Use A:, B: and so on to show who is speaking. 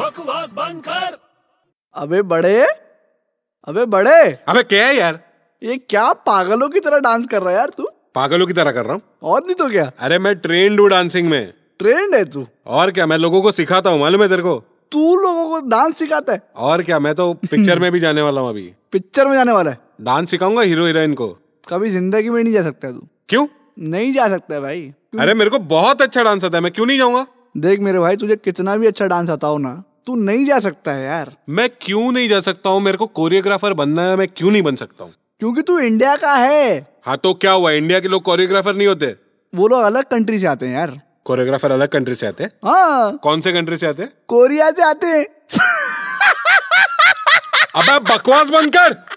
A: बकवास बंद कर
B: अबे बड़े अबे बड़े
C: अबे क्या है यार
B: ये क्या पागलों की तरह डांस कर रहा है यार तू
C: पागलों की तरह कर रहा हूँ
B: और नहीं तो क्या
C: अरे मैं ट्रेन हूँ डांसिंग में
B: ट्रेंड है तू
C: और क्या मैं लोगों को सिखाता हूँ मालूम है तेरे को
B: तू लोगों को डांस सिखाता है
C: और क्या मैं तो पिक्चर में भी जाने वाला हूँ अभी
B: पिक्चर में जाने वाला है
C: डांस सिखाऊंगा हीरो हीरोइन को
B: कभी जिंदगी में नहीं जा सकता तू
C: क्यों
B: नहीं जा सकता है भाई
C: अरे मेरे को बहुत अच्छा डांस आता है मैं क्यों नहीं जाऊंगा
B: देख मेरे भाई तुझे कितना भी अच्छा डांस आता हो ना तू नहीं जा सकता है यार
C: मैं क्यों नहीं जा सकता हूँ मेरे को कोरियोग्राफर बनना है मैं क्यों नहीं बन सकता हूँ
B: क्योंकि तू इंडिया का है
C: हाँ तो क्या हुआ इंडिया के लोग कोरियोग्राफर नहीं होते
B: वो लोग अलग कंट्री से आते हैं यार
C: कोरियोग्राफर अलग कंट्री से आते हैं
B: हाँ
C: कौन से कंट्री से आते हैं
B: कोरिया से आते हैं
C: अब बकवास बंद कर